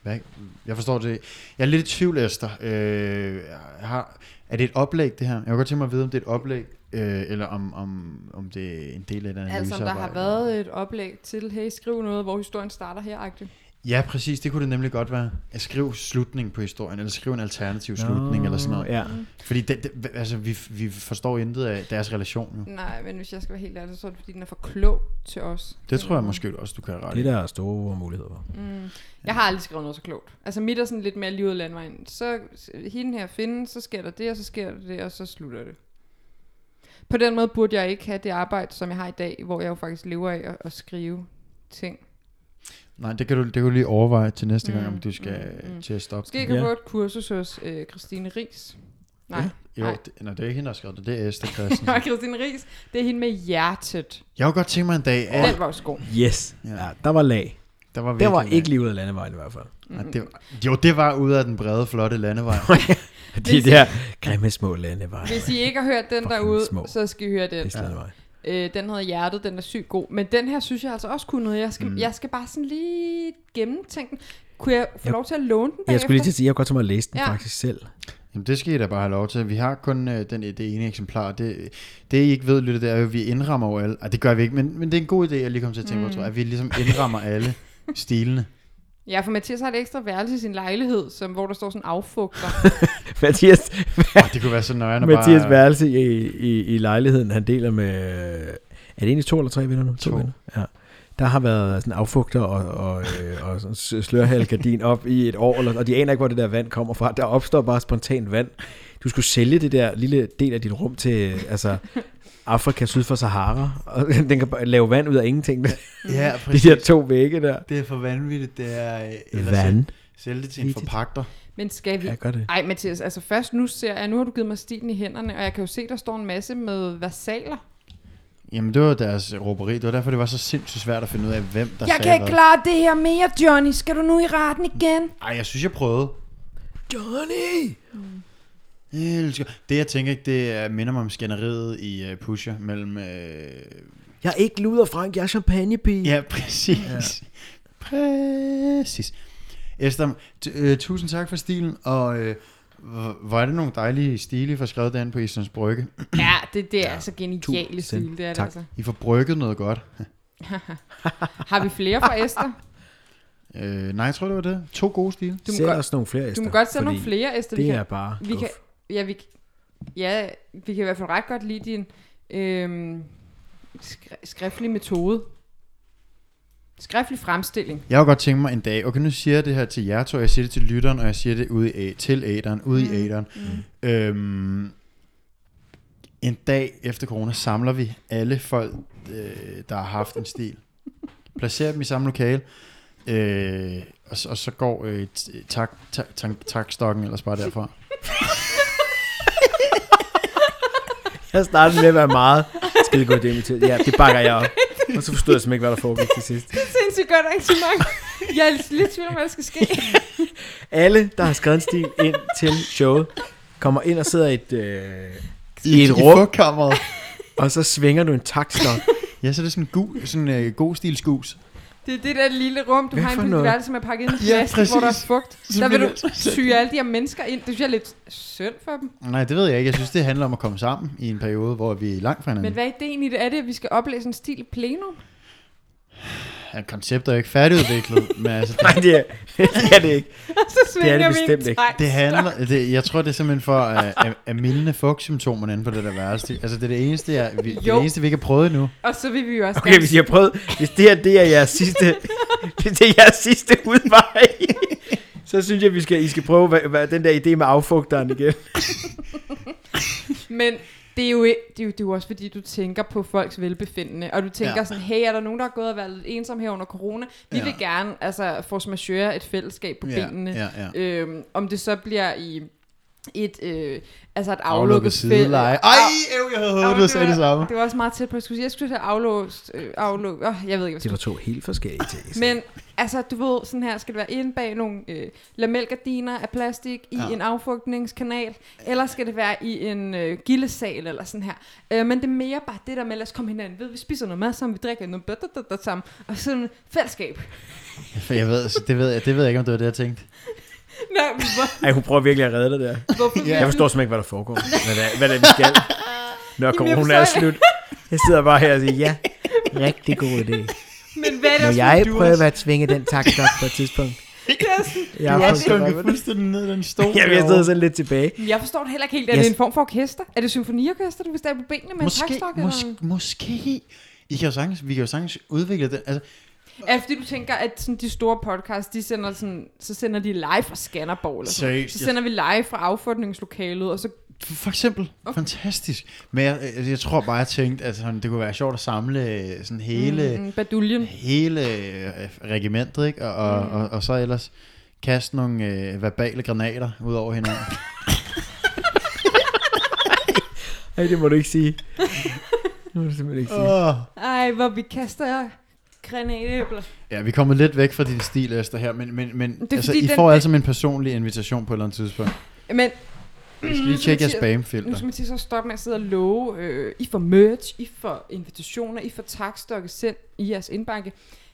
S2: hvad, jeg forstår det. Jeg er lidt i tvivl, Esther. Øh, har, er det et oplæg, det her? Jeg kunne godt tænke mig at vide, om det er et oplæg, øh, eller om, om, om det er en del af den
S4: Altså, om der har været et oplæg til, hey, skriv noget, hvor historien starter her, agtigt.
S2: Ja, præcis. Det kunne det nemlig godt være. At skrive slutningen på historien, eller skrive en alternativ slutning, eller sådan noget.
S3: Ja.
S4: Mm.
S2: Fordi det, det, altså, vi, vi forstår intet af deres relation. Jo.
S4: Nej, men hvis jeg skal være helt ærlig, så er det, fordi den er for klog til os.
S2: Det tror jeg måske også, du kan have ret i.
S3: Det er der store muligheder for.
S4: Mm. Jeg har aldrig skrevet noget så klogt. Altså mit er sådan lidt mere livet landvejen. Så hende her finde, så sker der det, og så sker der det, og så slutter det. På den måde burde jeg ikke have det arbejde, som jeg har i dag, hvor jeg jo faktisk lever af at, at skrive ting.
S2: Nej, det kan, du, det kan du lige overveje til næste gang, om du skal mm, til at stoppe.
S4: Måske jeg kan
S3: Ja.
S4: få et kursus hos øh, Christine Ries. Nej,
S2: Jo,
S4: nej.
S2: det, nej, det er ikke hende, der har skrevet det. Det er Esther
S4: (laughs)
S2: Christensen.
S4: Nej, Christine Ries, det er hende med hjertet.
S2: Jeg kunne godt tænke mig en dag, at
S4: Den var også god.
S3: Yes,
S2: Ja.
S3: ja. Ja, der var lag.
S2: der var,
S3: Der
S2: virkelig
S3: var
S2: en-
S3: ikke lige ud af landevejen i hvert fald.
S2: Nej, det var, jo, det var ud af den brede, flotte landevej.
S3: De der grimme små landeveje.
S4: Hvis I ikke har hørt
S3: (laughs)
S4: den
S3: Fucking
S4: derude,
S3: små.
S4: så skal I høre den.
S3: Pisse landevej.
S4: Øh, den hedder Hjertet, den er sygt god. Men den her synes jeg altså også kunne noget. Jeg skal, mm. jeg skal bare sådan lige gennemtænke den. Kunne jeg få
S3: Jeg-
S4: lov til at låne den
S3: Jeg
S4: bagefter?
S3: skulle lige til at sige, jeg kunne godt tænke mig at læse den
S4: Ja.
S3: ja. faktisk selv.
S2: Jamen, det skal I da bare have lov til. Vi har kun øh, den, det ene eksemplar. Det, det, I ikke ved, lytter, det er jo, at vi indrammer jo alle. Ah, det gør vi ikke, men, men det er en god idé, at lige komme til at tænke på, tror jeg, at vi ligesom indrammer alle stilene.
S4: Ja, for Mathias har et ekstra værelse i sin lejlighed, som, hvor der står sådan affugter.
S3: (laughs) (laughs) Mathias,
S2: Og det kunne være så nøjende
S3: Mathias
S2: bare...
S3: værelse i, i, i lejligheden, han deler med... Er det egentlig to eller tre venner nu?
S2: To.
S3: venner. Ja. Der har været sådan affugter og, og, øh, og sådan slørhal gardin op i et år, eller- og de aner ikke, hvor det der vand kommer fra. Der opstår bare spontant vand. Du skulle sælge det der lille del af dit rum til øh, altså, Afrika syd for Sahara, og (laughs) den kan bare lave vand ud af ingenting.
S2: Ja,
S3: (laughs) De
S2: præcis.
S3: der to vægge der.
S2: Det er for vanvittigt, det er... øh, Eller
S3: Vand.
S2: sælge- Sælge det til en
S3: Vigtigt.
S2: forpagter.
S4: Men skal vi...
S3: Ja, gør det.
S4: Ej, Mathias, altså først nu ser jeg, nu har du givet mig stilen i hænderne, og jeg kan jo se, der står en masse med versaler.
S2: Jamen, det var deres råberi. Det var derfor, det var så sindssygt svært at finde ud af, hvem der
S4: Jeg
S2: sagde
S4: kan ikke
S2: hvad.
S4: klare det her mere, Johnny. Skal du nu i retten igen?
S2: Ej, jeg synes, jeg prøvede.
S3: Johnny!
S2: Jeg elsker. Det, jeg tænker, det er, minder mig om skænderiet i uh, Pusher mellem... Øh...
S3: Jeg er ikke luder, Frank. Jeg er champagnepige.
S2: Ja, præcis. Ja. Præcis. Esther, t- øh, tusind tak for stilen, og øh, hvor- hvor er det nogle dejlige stile, I får skrevet derinde på Islands Brygge.
S4: Ja, det, det er altså geniale
S3: Tusind
S4: stil, det er det
S3: tak.
S4: altså.
S2: I får brygget noget godt.
S4: Har vi flere fra Esther?
S2: Øh, nej, jeg tror, det var det. To gode stile.
S4: Du må
S3: Send
S4: godt-
S3: os nogle flere, Esther,
S4: Du må godt sende nogle
S3: fordi
S4: flere, Esther. vi
S3: Det
S4: kan-
S3: er bare
S4: Vi
S3: guf.
S4: kan, ja, vi, ja, vi kan i hvert fald ret godt lide din øhm, skri- skriftlige metode. Skriftlig fremstilling.
S2: Jeg har godt tænkt mig en dag, okay, nu siger jeg det her til jer to, jeg siger det til lytteren, og jeg siger det ude i, æ- til æderen, ude mm. i æderen. Mm. Øhm, en dag efter corona samler vi alle folk, øh, der har haft en stil. Placerer dem i samme lokale, øh, og, så- og så går øh, t- tak, tak, tak, takstokken ellers bare derfra.
S3: Jeg startede med at være
S4: (laughs)
S3: meget skide godt inviteret. Ja, det bakker jeg op. Og så forstod jeg simpelthen ikke, hvad der foregik til sidst.
S4: Sindssygt godt arrangement. (laughs) Jeg er lidt tvivl om, hvad der skal ske.
S3: Alle, der har skrevet en stil ind til showet, kommer ind og sidder i et, øh,
S2: I,
S3: I et rum.
S2: I fugtkammeret.
S3: og så svinger du en taktstok.
S2: Ja, så er det sådan en gu, sådan, øh, god stil skus.
S4: Det er det der lille rum, du
S3: Hvad
S4: har inde
S3: for
S4: på dit
S3: noget?
S4: værelse, som er pakket ind i
S2: Ja,
S4: plastik, ja, hvor der er
S2: præcis.
S4: fugt.
S2: Så
S4: Der vil
S2: bliver
S4: du syge alle de her mennesker ind. Det synes jeg er lidt synd for
S3: Mm.
S4: dem.
S2: Nej, det ved jeg ikke. Jeg synes, det handler om at komme sammen i en periode, hvor vi er langt fra
S4: Men
S2: hinanden.
S4: hvad er ideen i det? Er det, at vi skal oplæse en stil i (laughs) plenum?
S2: Ja, konceptet er jo ikke færdigudviklet, men altså,
S3: Nej,
S2: det,
S3: det er det, er det ikke.
S4: Og så svinger vi
S3: bestemt
S4: en
S3: ikke.
S4: tegn.
S2: det handler, det, jeg tror, det er simpelthen for at, at, at mildne fugtsymptomerne inde på det der værelse. Altså, det er det eneste, jeg, vi, det, er
S4: Jo.
S2: det eneste, vi ikke har prøvet endnu.
S4: Og så vil vi jo også
S3: Okay, hvis I har prøvet, hvis det her det er jeres sidste, hvis det er jeres sidste udvej, så synes jeg, vi skal, I skal prøve hvad, hvad, den der idé med affugteren igen.
S4: Men det er, jo, ikke- det, er jo, det er jo også fordi, du tænker på folks velbefindende, og du tænker ja.
S2: Ja.
S4: sådan, hey, er der nogen, der har gået og været lidt ensom her under corona? Vi ja.
S2: Ja.
S4: vil gerne altså, force majeure et fællesskab på
S2: Ja,
S4: benene.
S2: ja, ja.
S4: Øhm, om det så bliver i et, øh, altså et aflukket,
S2: Aflukket
S4: fælle-
S2: sideleje. Ej, øv, jeg havde
S4: Jamen,
S2: håbet, du sagde det samme.
S4: Det var også meget tæt på, jeg skulle sige, jeg skulle til aflåst, øh, afluk, oh, jeg ved ikke, hvad jeg
S3: Det
S4: skulle.
S3: var to helt forskellige ting.
S4: Men altså, du ved, sådan her skal det være inde bag nogle øh, lamelgardiner af plastik i ja.
S2: Ja.
S4: en affugtningskanal, eller skal det være i en øh, gildesal eller sådan her. Øh, men det er mere bare det der med, lad os komme hinanden ved, vi spiser noget mad sammen, vi drikker noget bedre da, da, sammen, og sådan fællesskab. (laughs)
S2: (laughs) Jeg ved, altså, det, ved jeg, det ved jeg ikke, om det var det, jeg tænkte.
S4: Nej, men hvor,
S3: Ej, hun prøver virkelig at redde det der.
S4: hvorfor vil
S3: Jeg
S4: du-
S3: forstår simpelthen ikke, hvad der foregår. Hvad det er, hvad det er, vi skal. Når
S4: jeg
S3: corona er
S4: forstår
S3: slut. Jeg sidder bare her og siger, ja, rigtig god
S4: (laughs)
S3: idé.
S4: Men hvad er
S3: Når
S4: det,
S3: jeg prøver at svinge den takstop på et tidspunkt. Jeg
S2: Du
S3: har
S2: er
S3: fået
S2: også gået
S3: det.
S2: fuldstændig ned i den stol.
S3: Jamen, jeg sidder sådan lidt tilbage.
S4: jeg forstår det heller ikke helt. Er
S3: Jeg-
S4: det en form for orkester? Er det symfoniorkester, du vil stå på benene med en
S2: Måske,
S4: takstok? eller-
S2: måske, måske. I kan jo sagtens, vi kan jo sagtens udvikle det. Altså,
S4: Er det fordi, du tænker, at sådan de store podcasts, de sender sådan, så sender de live fra Skanderborg? Eller sådan. noget?
S2: Seriøst,
S4: Så
S2: jeg-
S4: sender vi live fra affordningslokalet, og så...
S2: for eksempel, okay. fantastisk. Men jeg, altså, jeg, jeg, tror bare, jeg tænkte, at sådan, det kunne være sjovt at samle øh, sådan hele, mm.
S4: Mm, baduljen.
S2: hele øh, regimentet, ikke? Og,
S4: Mm.
S2: og, og, og, så ellers kaste nogle øh, verbale granater ud over hinanden.
S4: (laughs)
S3: Ej, det må du ikke sige. Det må du simpelthen ikke sige.
S2: oh.
S4: Ej, hvor vi kaster granatæbler.
S2: Ja, vi kommer lidt væk fra din stil, Esther, her, men, men, men
S4: er
S2: altså,
S4: fordi,
S2: I
S4: den- Mm.
S2: får altså en personlig invitation på et eller andet tidspunkt.
S4: Men
S2: Jeg skal lige
S4: skal
S2: tjekke
S4: vi
S2: jeres
S4: se- nu
S2: spamfilter.
S4: skal man til så stoppe med at sidde og love, øh, I får merch, I får invitationer, I får takstokke sendt i jeres indbanke.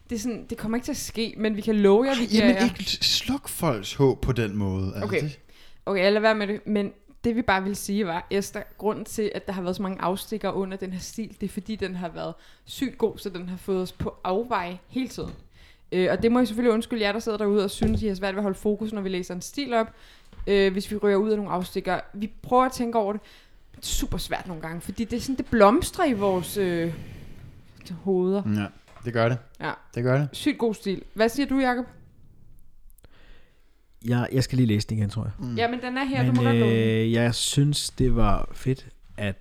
S4: Det, er sådan, det kommer ikke til at ske, men vi kan love jer, vi giver
S2: Jamen
S4: jer.
S2: ikke sluk folks håb på den måde. Altså,
S4: Okay.
S2: det-
S4: Okay, jeg lader være med det, men det vi bare vil sige var, Esther, grunden til, at der har været så mange afstikker under den her stil, det er fordi, den har været sygt god, så den har fået os på afveje hele tiden. Øh, og det må jeg selvfølgelig undskylde jer, der sidder derude og synes, I har svært ved at holde fokus, når vi læser en stil op, øh, hvis vi rører ud af nogle afstikker. Vi prøver at tænke over det. Det er super svært nogle gange, fordi det er sådan, det blomstrer i vores øh, hoveder.
S2: Ja, det gør det.
S3: Mm.
S4: Ja.
S2: Det gør det.
S4: Sygt god stil. Hvad siger du, Jacob?
S3: Jeg, jeg skal lige læse den igen, tror jeg.
S4: Mm. Jamen, den er her, du må
S3: Men
S4: godt låne den.
S3: øh, jeg synes, det var fedt, at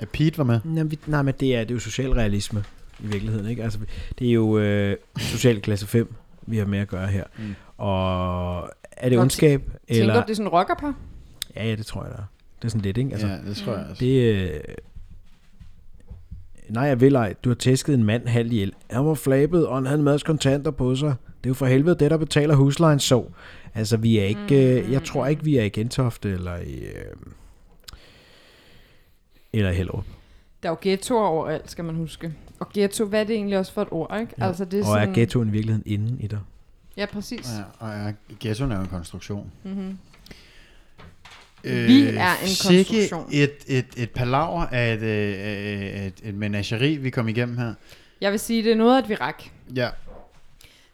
S2: At Pete var med.
S3: Jamen, vi, nej, men det er, det er jo socialrealisme i virkeligheden, ikke? Altså, det er jo øh, social klasse 5, vi har med at gøre her. Mm.
S2: Mm.
S3: Og er det
S4: Nå,
S3: ondskab?
S4: Tænker
S3: Eller,
S4: du, det er sådan en rockerpar?
S3: Ja, ja, det tror jeg, der er. Det er sådan lidt, ikke? Altså,
S2: Altså, ja, det tror jeg altså.
S3: det, øh, nej, jeg vil ej. Du har tæsket en mand halv ihjel. Han var flabet, og han havde en masse kontanter på sig. Det er jo for helvede det, der betaler huslejen så. Altså, vi er ikke... Øh,
S4: Mm.
S3: jeg tror ikke, vi er i Gentofte eller i... Øh, eller i Hellerup.
S4: Der er jo ghettoer overalt, skal man huske. Og ghetto, hvad er det egentlig også for et ord, ikke? Ja. Altså, det er
S3: Og
S4: sådan,
S3: er ghettoen i virkeligheden inde i dig?
S4: Ja, præcis.
S2: Ja, og ja, ghettoen er jo en konstruktion. Øh,
S4: Mm-hmm. Vi er en konstruktion.
S2: Sikke et, et, et palaver af et, øh, øh, et, et menageri, vi kom igennem her.
S4: Jeg vil sige, det er noget af et virak.
S2: Ja,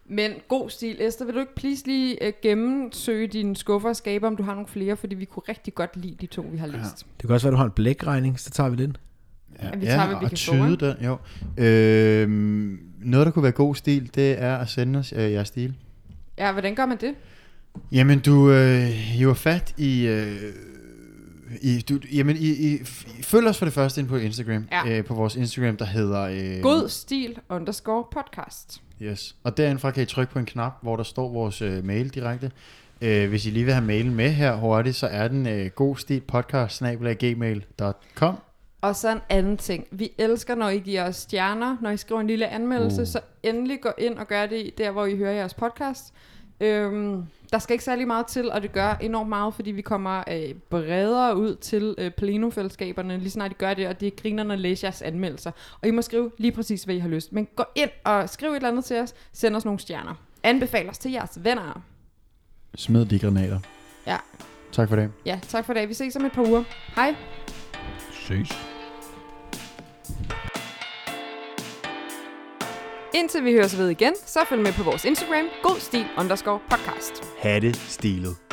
S4: Men god stil. Esther, vil du ikke please lige øh, gennemsøge dine skuffer og skabe, om du har nogle flere? Fordi vi kunne rigtig godt lide de to, vi har læst.
S3: Det kan også være, du har en blækregning, så tager vi den.
S2: ja,
S4: Vi
S2: ja
S4: tager, hvad vi
S2: og
S4: kan få,
S2: tyde
S4: ikke?
S2: den, jo. Øhm, noget, der kunne være god stil, det er at sende os øh, jeres stil.
S4: Ja. ja, hvordan gør man det?
S2: Jamen, du øh, hiver fat i... Øh, i, du, jamen, I, I, f- følg os for det første ind på Instagram.
S4: Ja.
S2: Øh, på vores Instagram, der hedder... Øh,
S4: God stil underscore podcast.
S2: Yes. Og derindfra kan I trykke på en knap, hvor der står vores øh, mail direkte. Øh, hvis I lige vil have mailen med her hurtigt, så er den øh, godstilpodcast.gmail.com.
S4: Og så en anden ting. Vi elsker, når I giver os stjerner, når I skriver en lille anmeldelse, uh. så endelig gå ind og gør det der, hvor I hører jeres podcast. Øhm, der skal ikke særlig meget til, og det gør enormt meget, fordi vi kommer øh, bredere ud til øh, plenofællesskaberne, lige snart I gør det, og det er grinerne at læse jeres anmeldelser. Og I må skrive lige præcis, hvad I har lyst. Men gå ind og skriv et eller andet til os, send os nogle stjerner. Anbefal os til jeres venner.
S2: Smid de granater.
S4: Ja,
S2: Tak for det.
S4: ja tak for i dag. Vi ses om et par uger. Hej.
S3: Ses.
S4: Indtil vi høres ved igen, så følg med på vores Instagram, godstil underscore podcast.
S3: Ha' det stilet.